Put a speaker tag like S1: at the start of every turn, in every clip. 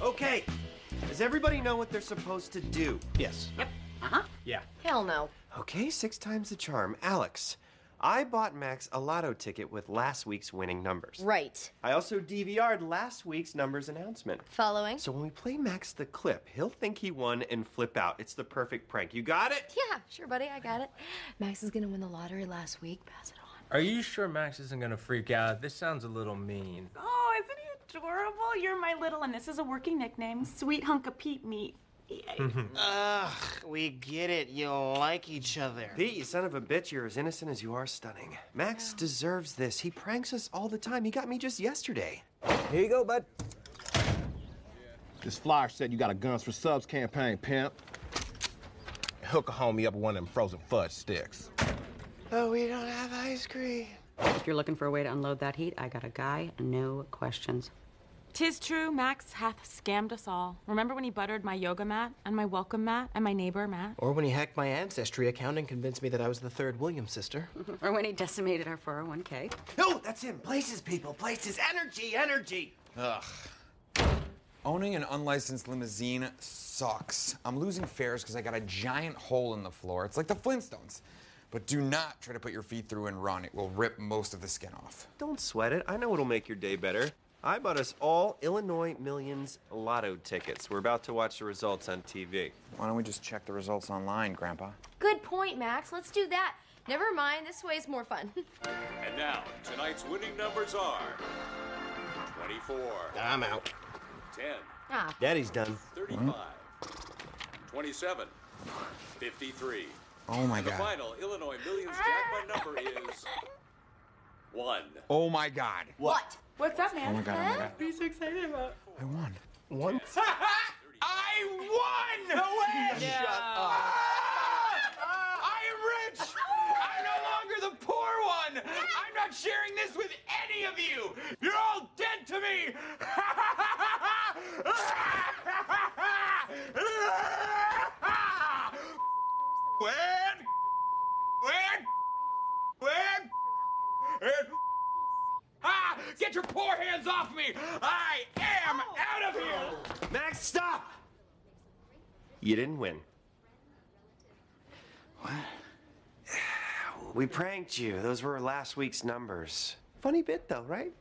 S1: Okay, does everybody know what they're supposed to do?
S2: Yes.
S3: Yep. Uh huh.
S2: Yeah.
S3: Hell no.
S1: Okay, six times the charm. Alex, I bought Max a lotto ticket with last week's winning numbers.
S3: Right.
S1: I also DVR'd last week's numbers announcement.
S3: Following?
S1: So when we play Max the clip, he'll think he won and flip out. It's the perfect prank. You got it?
S3: Yeah, sure, buddy. I got it. Max is gonna win the lottery last week. Pass it on.
S4: Are you sure Max isn't gonna freak out? This sounds a little mean.
S5: Oh, isn't he adorable? You're my little, and this is a working nickname, sweet hunk of peat meat.
S6: Mm-hmm.
S7: Ugh, we get it. You like each other.
S1: Pete, you son of a bitch, you're as innocent as you are stunning. Max deserves this. He pranks us all the time. He got me just yesterday.
S4: Here you go, bud.
S2: This flyer said you got a Guns for Subs campaign, pimp. Hook a homie up with one of them frozen fudge sticks.
S7: But we don't have ice cream.
S8: If you're looking for a way to unload that heat, I got a guy, no questions.
S5: Tis true, Max hath scammed us all. Remember when he buttered my yoga mat, and my welcome mat, and my neighbor mat?
S7: Or when he hacked my ancestry account and convinced me that I was the third Williams sister.
S8: Or when he decimated our 401k.
S1: No, that's him. Places, people. Places. Energy, energy.
S6: Owning an unlicensed limousine sucks. I'm losing fares because I got a giant hole in the floor. It's like the Flintstones. But do not try to put your feet through and run. It will rip most of the skin off.
S1: Don't sweat it. I know it'll make your day better. I bought us all Illinois Millions lotto tickets. We're about to watch the results on TV.
S6: Why don't we just check the results online, Grandpa?
S3: Good point, Max. Let's do that. Never mind. This way is more fun.
S9: And now, tonight's winning numbers are 24,
S7: I'm out.
S9: 10,
S3: ah,
S1: Daddy's done.
S9: 35, 27, 53.
S6: Oh my
S9: The
S6: god.
S9: final Illinois Millions jackpot number is 1.
S6: Oh my god.
S3: what?
S5: What's up,
S6: Oh my
S5: man?
S6: god, oh my god.
S5: What are you so excited about?
S6: I won.
S7: Once?
S6: I won! No way! Ah!
S5: Shut up.
S6: I am rich! I'm no longer the poor one! I'm not sharing this with any of you! You're all dead to me! When? When? When? And- Ah! Get your poor hands off me! I am out of here!
S1: Max, stop! You didn't win. What? We pranked you. Those were last week's numbers. Funny bit, though, right?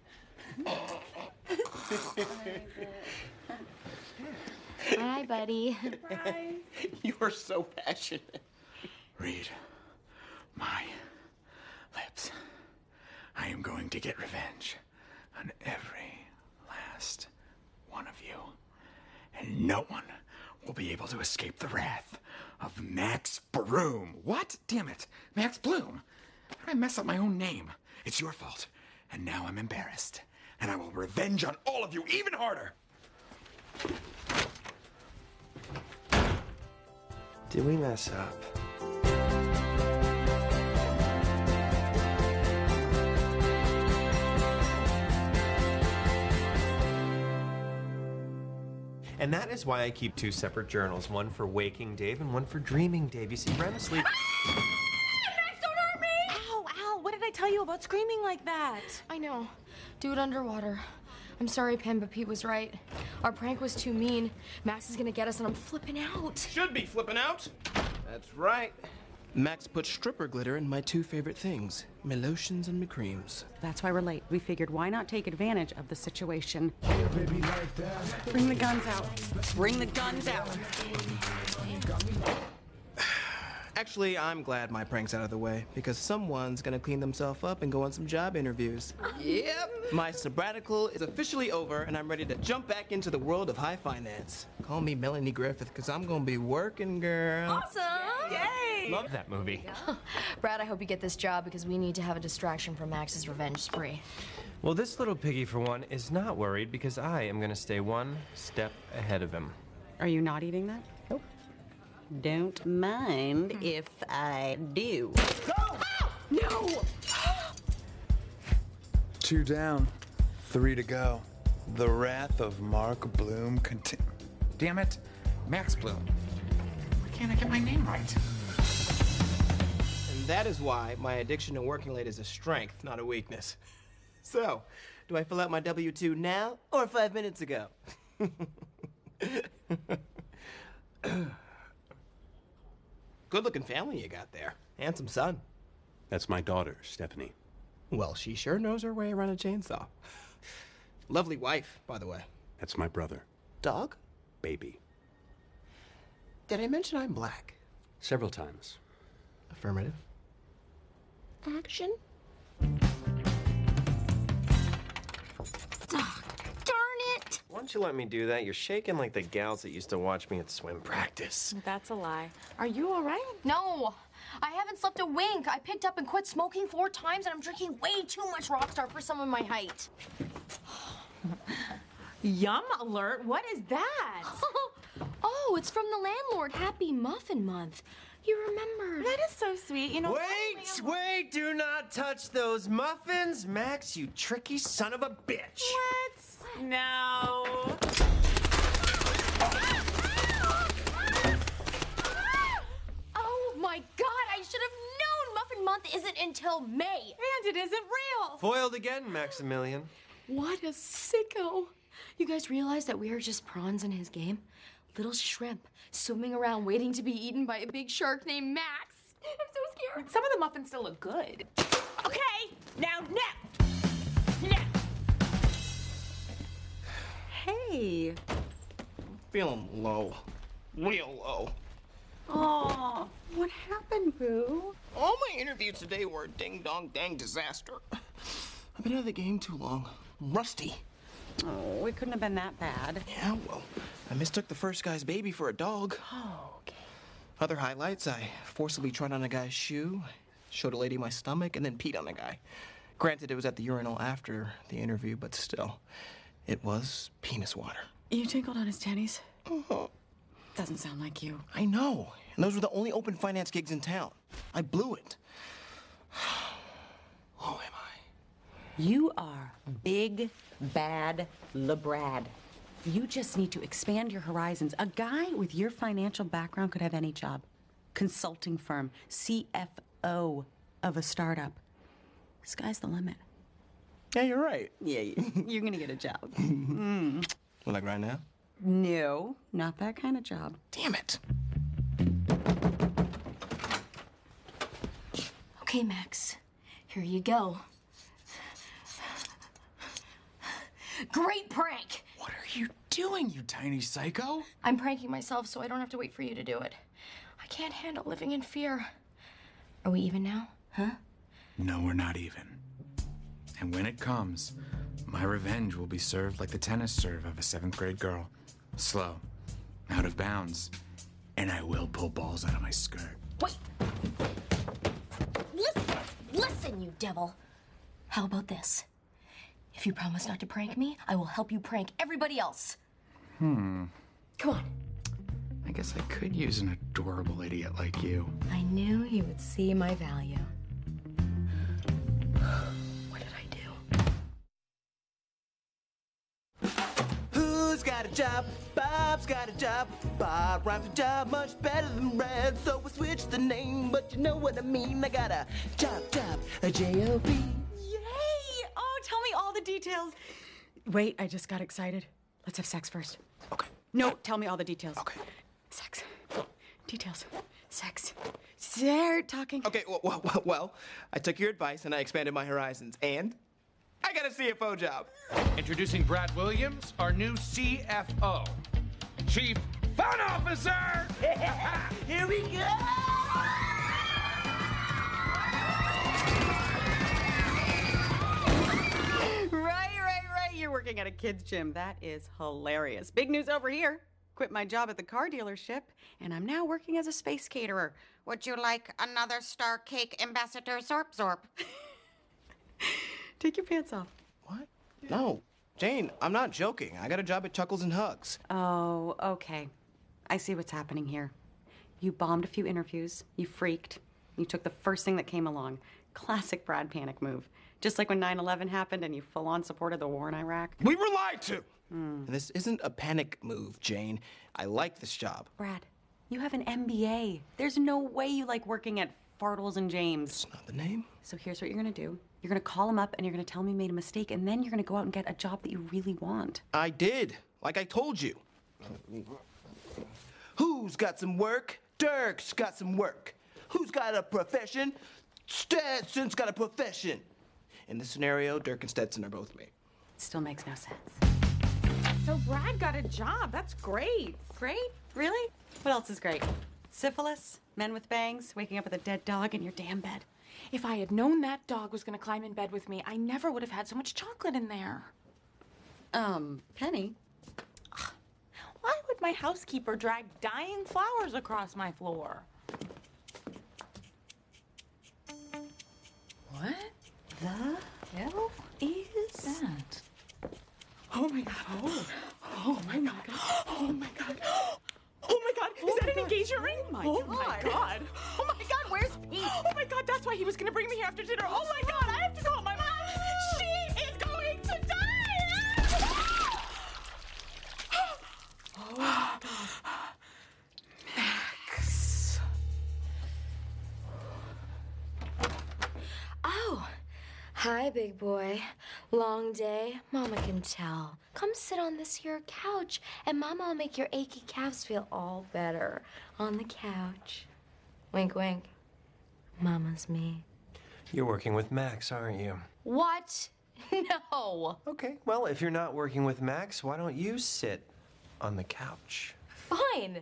S3: Hi, buddy.
S7: You are so passionate.
S6: Read my lips. I am going to get revenge on every last one of you. And no one will be able to escape the wrath of Max Broom. What? Damn it. Max Bloom. How did I mess up my own name? It's your fault. And now I'm embarrassed. And I will revenge on all of you even harder.
S1: Did we mess up? And that is why I keep two separate journals, one for waking Dave and one for dreaming Dave. You see, REM sleep.
S3: Max, don't hurt me!
S5: Ow, ow, what did I tell you about screaming like that?
S3: I know. Do it underwater. I'm sorry, Pim, but Pete was right. Our prank was too mean. Max is gonna get us, and I'm flipping out.
S2: Should be flipping out.
S7: That's right. Max put stripper glitter in my two favorite things my lotions and my creams.
S8: That's why we're late. We figured why not take advantage of the situation? Bring the guns out. Bring the guns out.
S7: Actually, I'm glad my prank's out of the way because someone's gonna clean themselves up and go on some job interviews. Yep. My sabbatical is officially over and I'm ready to jump back into the world of high finance. Call me Melanie Griffith because I'm gonna be working, girl.
S3: Awesome!
S5: Yay!
S2: Love that movie.
S3: Brad, I hope you get this job because we need to have a distraction from Max's revenge spree.
S1: Well, this little piggy, for one, is not worried because I am going to stay one step ahead of him.
S8: Are you not eating that? Nope. Don't mind if I do. No!
S9: Two down, three to go. The wrath of Mark Bloom continues.
S6: Damn it. Max Bloom. Why can't I get my name right?
S7: And that is why my addiction to working late is a strength, not a weakness. So, do I fill out my W 2 now or five minutes ago? Good looking family you got there. Handsome son.
S10: That's my daughter, Stephanie.
S7: Well, she sure knows her way around a chainsaw. Lovely wife, by the way.
S10: That's my brother,
S7: Dog?
S10: baby.
S7: Did I mention I'm black?
S10: Several times.
S7: Affirmative.
S3: Action? darn it!
S1: Why don't you let me do that? You're shaking like the gals that used to watch me at swim practice.
S5: That's a lie. Are you all right?
S3: No, I haven't slept a wink. I picked up and quit smoking four times, and I'm drinking way too much Rockstar for someone my height.
S5: Yum alert. What is that?
S3: oh, it's from the landlord. Happy Muffin Month. You remembered.
S5: that is so sweet. You know.
S1: Wait, wait, do not touch those muffins, Max, you tricky son of a bitch.
S5: What? No.
S3: Oh my God! I should have known Muffin Month isn't until May.
S5: And it isn't real.
S1: Foiled again, Maximilian.
S3: What a sicko! You guys realize that we are just prawns in his game? Little shrimp swimming around waiting to be eaten by a big shark named Max. I'm so scared.
S5: Some of the muffins still look good. Okay, now now. Now. Hey.
S7: Feeling low. Real low.
S5: Oh.
S8: What happened, Boo?
S7: All my interviews today were a ding dong dang disaster. I've been out of the game too long. Rusty.
S8: Oh, it couldn't have been that bad.
S7: Yeah, well, I mistook the first guy's baby for a dog.
S8: Oh, okay.
S7: Other highlights I forcibly trod on a guy's shoe, showed a lady my stomach, and then peed on a guy. Granted, it was at the urinal after the interview, but still, it was penis water.
S11: You tinkled on his tennies? Doesn't sound like you.
S7: I know. And those were the only open finance gigs in town. I blew it. Who am I?
S8: You are big, bad LeBrad. You just need to expand your horizons. A guy with your financial background could have any job consulting firm, CFO of a startup. Sky's the limit.
S7: Yeah, you're right.
S8: Yeah, you're gonna get a job.
S7: Well, like right now?
S8: No, not that kind of job.
S7: Damn it.
S3: Okay, Max, here you go. Great prank!
S6: What are you doing, you tiny psycho?
S3: I'm pranking myself so I don't have to wait for you to do it. I can't handle living in fear. Are we even now? Huh?
S6: No, we're not even. And when it comes, my revenge will be served like the tennis serve of a seventh grade girl slow, out of bounds, and I will pull balls out of my skirt.
S3: Wait! Listen! Listen, you devil! How about this? If you promise not to prank me, I will help you prank everybody else. Hmm. Come on.
S6: I guess I could use an adorable idiot like you.
S3: I knew you would see my value. What did I do?
S7: Who's got a job? Bob's got a job. Bob rhymes with job much better than Brad, so we switched the name, but you know what I mean. I got a job, job, a J-O-B.
S5: Yay! Oh, tell me all the details.
S11: Wait, I just got excited. Let's have sex first.
S7: Okay, Oh.
S11: No, tell me all the details.
S7: okay.
S11: Sex. Details. Sex. Start talking.
S7: Okay, well, well, well, well, I took your advice and I expanded my horizons, and I got a CFO job.
S12: Introducing Brad Williams, our new CFO, Chief Fun Officer.
S7: Here we go!
S8: Right, right, right. You're working at a kids' gym. That is hilarious. Big news over here. Quit my job at the car dealership, and I'm now working as a space caterer. Would you like another star cake, Ambassador Zorp Zorp? Take your pants off.
S7: What? No, Jane, I'm not joking. I got a job at Chuckles and Hugs.
S8: Oh, okay. I see what's happening here. You bombed a few interviews, you freaked, you took the first thing that came along. Classic Brad panic move. Just like when 9 11 happened and you full on supported the war in Iraq.
S7: We were lied to! And Hmm. this isn't a panic move, Jane. I like this job.
S8: Brad, you have an MBA. There's no way you like working at Fartles and James.
S7: It's not the name.
S8: So here's what you're gonna do you're gonna call him up and you're gonna tell him you made a mistake, and then you're gonna go out and get a job that you really want.
S7: I did, like I told you. Who's got some work? Dirk's got some work. Who's got a profession? Stetson's got a profession. In this scenario, Dirk and Stetson are both me.
S8: Still makes no sense.
S5: So Brad got a job. That's great. Great?
S8: Really? What else is great? Syphilis, men with bangs, waking up with a dead dog in your damn bed.
S5: If I had known that dog was going to climb in bed with me, I never would have had so much chocolate in there.
S8: Um, Penny?
S5: Why would my housekeeper drag dying flowers across my floor? What
S8: the
S5: hell
S8: is that?
S5: Oh my god. Oh, my, god. Oh my god. Oh my god. Is that an engagement ring?
S11: my
S5: oh
S11: God.
S5: my god. Oh my god. Where's Pete? Oh my god. That's why he was going to bring me here after dinner. Oh my god. I have to call my mom. She is going to die.
S11: Oh, Max.
S3: Oh, hi, big boy. Long day? Mama can tell. Come sit on this here couch, and Mama'll make your achy calves feel all better. On the couch. Wink, wink. Mama's me.
S1: You're working with Max, aren't you?
S3: What? No.
S1: Okay. Well, if you're not working with Max, why don't you sit on the couch?
S3: Fine.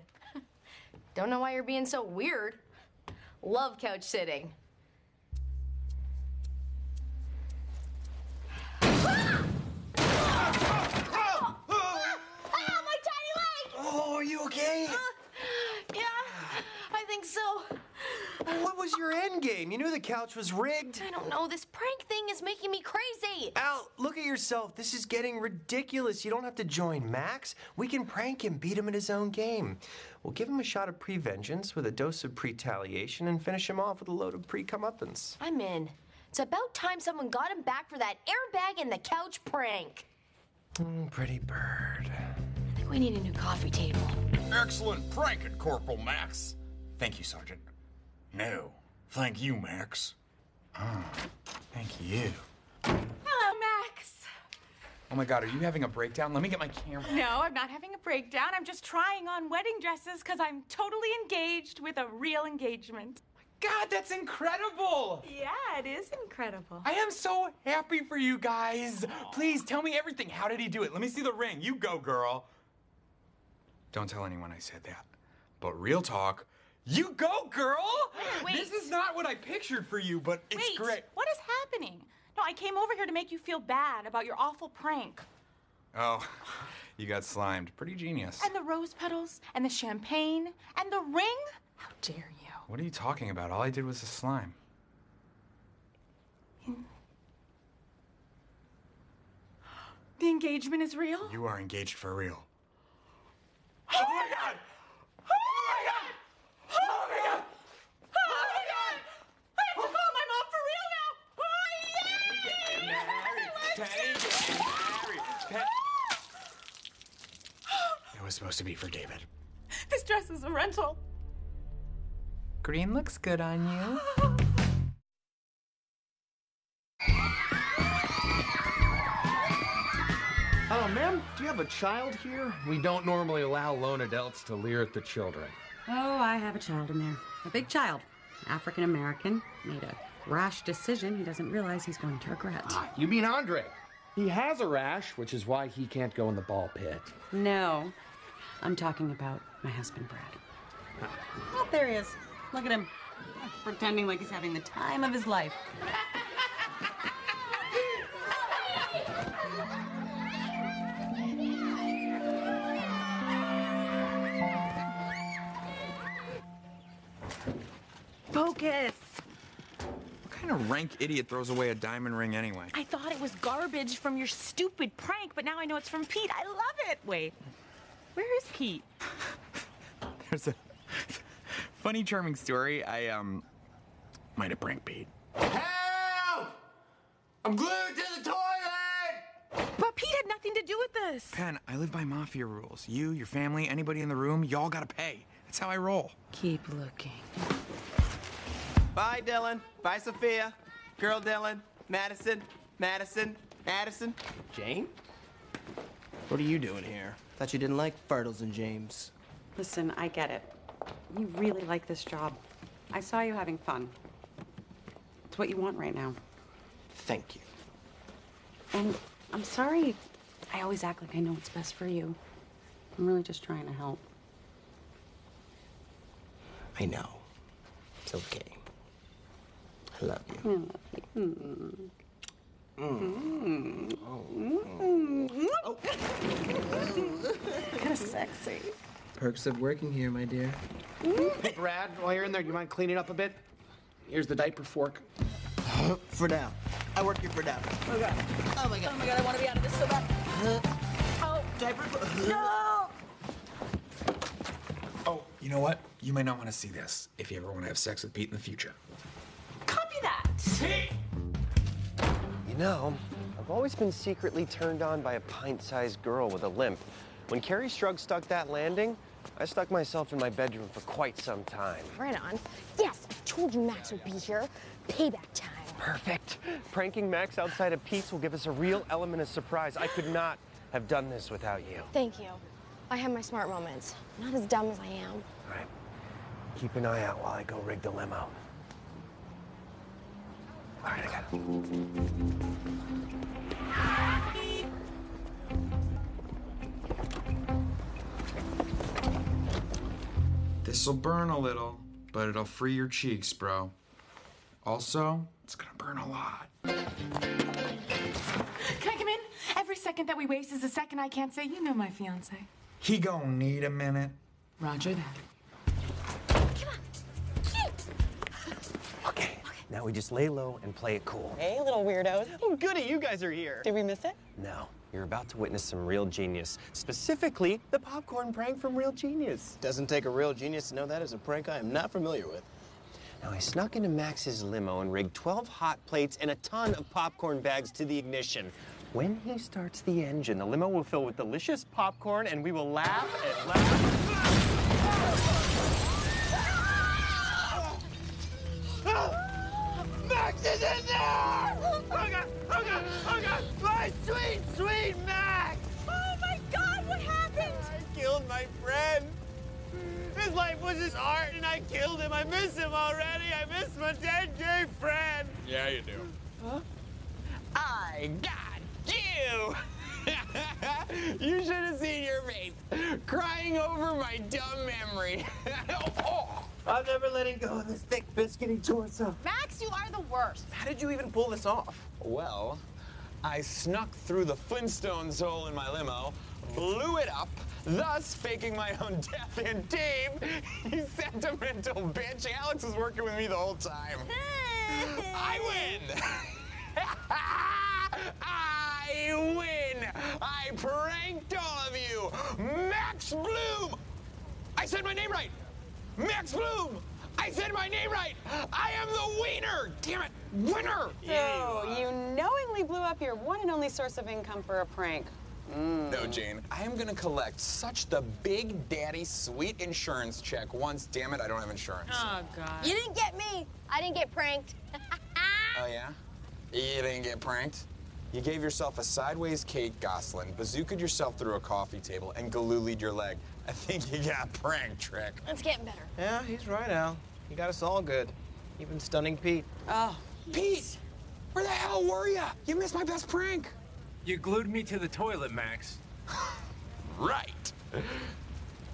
S3: Don't know why you're being so weird. Love couch sitting. Ah, my tiny leg!
S1: Oh, are you okay?
S3: Yeah, I think so.
S1: What was your end game? You knew the couch was rigged.
S3: I don't know. This prank thing is making me crazy.
S1: Al, look at yourself. This is getting ridiculous. You don't have to join Max. We can prank him, beat him at his own game. We'll give him a shot of prevengeance with a dose of pretaliation and finish him off with a load of pre-comeuppance.
S3: I'm in. It's about time someone got him back for that airbag and the couch prank.
S1: Mm, pretty bird.
S3: I think we need a new coffee table.
S6: Excellent pranking, Corporal Max. Thank you, Sergeant. No, thank you, Max. Ah, thank you.
S5: Hello, Max.
S6: Oh my God, are you having a breakdown? Let me get my camera.
S5: No, I'm not having a breakdown. I'm just trying on wedding dresses because I'm totally engaged with a real engagement.
S6: God, that's incredible!
S5: Yeah, it is incredible.
S6: I am so happy for you guys. Please tell me everything. How did he do it? Let me see the ring. You go, girl. Don't tell anyone I said that. But real talk, you go, girl.
S5: Wait,
S6: This is not what I pictured for you, but it's
S5: Wait,
S6: great.
S5: what is happening? No, I came over here to make you feel bad about your awful prank.
S6: Oh, you got slimed. Pretty genius.
S5: And the rose petals, and the champagne, and the ring. How dare you?
S6: What are you talking about? All I did was a slime.
S5: The engagement is real?
S6: You are engaged for real. Oh my god! Oh my god!
S5: Oh my god! I have to call my mom for real now! Oh, yay!
S6: That was supposed to be for David.
S5: This dress is a rental.
S6: Green looks good on you.
S13: Hello, Oh, ma'am. Do you have a child here? We don't normally allow lone adults to leer at the children.
S8: Oh, I have a child in there. A big child. African American. Made a rash decision he doesn't realize he's going to regret.
S13: You mean Andre? He has a rash, which is why he can't go in the ball pit.
S8: No. I'm talking about my husband, Brad. Oh, there he is. Look at him. Pretending like he's having the time of his life.
S5: Focus.
S14: What kind of rank idiot throws away a diamond ring anyway?
S5: I thought it was garbage from your stupid prank, but now I know it's from Pete. I love it. Wait, where is Pete?
S14: There's a funny, charming story. I um might have pranked Pete.
S6: Help! I'm glued to the toilet!
S5: But Pete had nothing to do with this.
S14: Pen, I live by mafia rules. You, your family, anybody in the room, y'all gotta pay. That's how I roll.
S8: Keep looking.
S7: Bye, Dylan. Bye, Sophia. Girl, Dylan. Madison. Madison. Madison.
S13: Jane?
S7: What are you doing here? Thought you didn't like Fertles and James.
S8: Listen, I get it. You really like this job. I saw you having fun. It's what you want right now.
S7: Thank you.
S8: And I'm sorry I always act like I know what's best for you. I'm really just trying to help.
S7: I know. It's okay. I love you.
S8: Mm. Mm.
S7: Oh.
S8: kind of sexy.
S7: Perks of working here, my dear.
S15: Hey, Brad, while you're in there, do you mind cleaning up a bit? Here's the diaper fork.
S7: For now. I work here for now. Oh god. Oh my god.
S16: Oh my god, I want to be out of this so bad.
S7: Oh, diaper. No!
S17: Oh, You know what? You might not want to see this if you ever want to have sex with Pete in the future.
S16: Copy that.
S1: You know, I've always been secretly turned on by a pint sized girl with a limp. When Carrie Strug stuck that landing, I stuck myself in my bedroom for quite some time.
S11: Right on. Yes, I told you Max would be here. Payback time.
S1: Perfect. Pranking Max outside of Pete's will give us a real element of surprise. I could not have done this without you.
S11: Thank you. I have my smart moments. I'm not as dumb as I am.
S1: All right. Keep an eye out while I go rig the limo. All right, I got it.
S17: This'll burn a little, but it'll free your cheeks, bro. Also, it's gonna burn a lot.
S16: Can I come in? Every second that we waste is a second I can't say, you know my fiance.
S17: He gonna need a minute.
S16: Roger that.
S1: Now we just lay low and play it cool.
S6: Hey, little weirdos.
S7: Oh, goody, you guys are here.
S6: Did we miss it?
S1: No, you're about to witness some real genius, specifically the popcorn prank from Real Genius.
S7: Doesn't take a real genius to know that is a prank I am not familiar with.
S1: Now, I snuck into Max's limo and rigged 12 hot plates and a ton of popcorn bags to the ignition. When he starts the engine, the limo will fill with delicious popcorn and we will laugh and laugh.
S16: Max is in there! Oh god! Oh god! Oh god! My sweet, sweet Max! Oh my god! What happened?
S6: I killed my friend. His life was his art, and I killed him. I miss him already. I miss my dead gay friend.
S17: Yeah, you do.
S6: Huh? I got you. you should have seen your face, crying over my dumb memory. I'm never letting go of this thick biscuity torso.
S16: Max, you are the worst.
S6: How did you even pull this off? Well, I snuck through the Flintstones hole in my limo, blew it up, thus faking my own death. And Dave, you sentimental bitch, Alex was working with me the whole time. I win! I win! I pranked all of you! Max Bloom! I said my name right! Max Bloom! I said my name right! I am the wiener! Damn it! Winner!
S8: So, Oh, you knowingly blew up your one and only source of income for a prank.
S6: No, Jane. I am gonna collect such the big daddy sweet insurance check once. Damn it, I don't have insurance.
S16: Oh god.
S11: You didn't get me. I didn't get pranked.
S6: Oh yeah? You didn't get pranked? You gave yourself a sideways Kate Goslin, bazookaed yourself through a coffee table, and galoolied your leg. I think you got pranked, Trick.
S11: It's getting better.
S7: Yeah, he's right, Al. He got us all good. Even stunning Pete.
S6: Oh, Pete! Where the hell were you? You missed my best prank.
S3: You glued me to the toilet, Max.
S6: Right.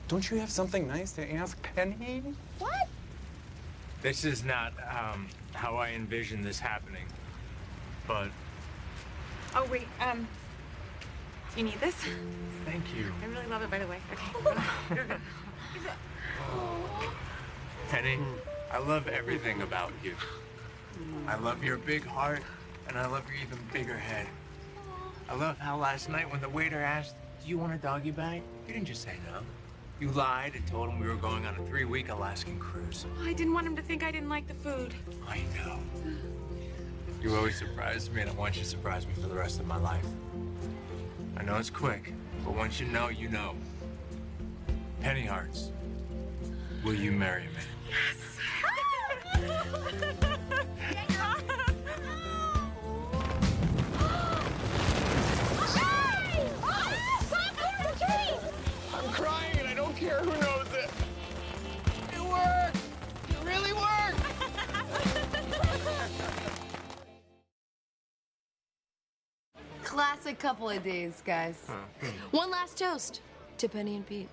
S6: Don't you have something nice to ask Penny?
S11: What?
S3: This is not um, how I envisioned this happening. But
S16: Oh wait, um, do you need this?
S3: thank you,
S16: I really love it, by the way. Okay.
S3: Penny. I love everything about you. I love your big heart, and I love your even bigger head. I love how last night when the waiter asked, Do you want a doggy bag? You didn't just say no. You lied and told him we were going on a three week Alaskan cruise.
S16: I didn't want him to think I didn't like the food.
S3: I know. You always surprise me, and I want you to surprise me for the rest of my life. I know it's quick, but once you know, you know. Penny Hearts, will you marry me?
S16: Hey! Oh,
S11: care who knows it. It worked! It really worked!
S3: Classic couple of days, guys. One last toast to Penny and Pete.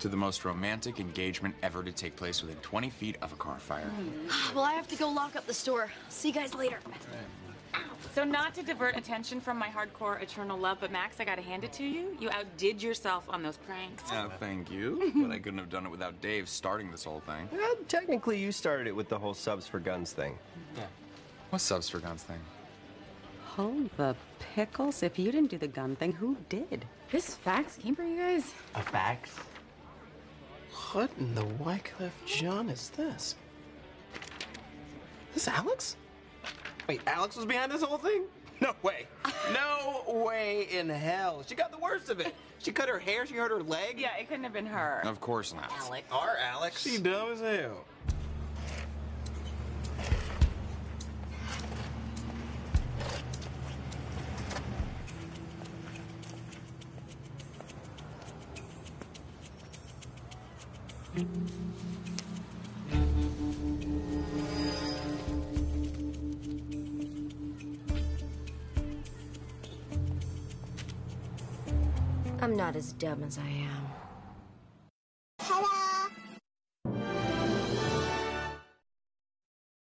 S6: To the most romantic engagement ever to take place within 20 feet of a car fire.
S7: Mm.
S3: Well, I have to go lock up the store. See you guys later.
S5: So, not to divert attention from my hardcore eternal love, but Max, I gotta hand it to you. You outdid yourself on those pranks.
S6: Uh, thank you, but I couldn't have done it without Dave starting this whole thing.
S1: Well, technically, you started it with the whole subs for guns thing.
S6: Yeah. What's subs for guns thing?
S8: Hold the pickles. If you didn't do the gun thing, who did?
S18: This fax came from you guys?
S8: A fax?
S7: What in the Wycliffe John is this? This Alex? Wait, Alex was behind this whole thing? No way. No way in hell. She got the worst of it. She cut her hair, she hurt her leg.
S5: Yeah, it couldn't have been her.
S6: Of course not.
S5: Alex.
S7: Our Alex? She dumb as hell.
S19: I'm not as dumb as I am.
S20: Hello.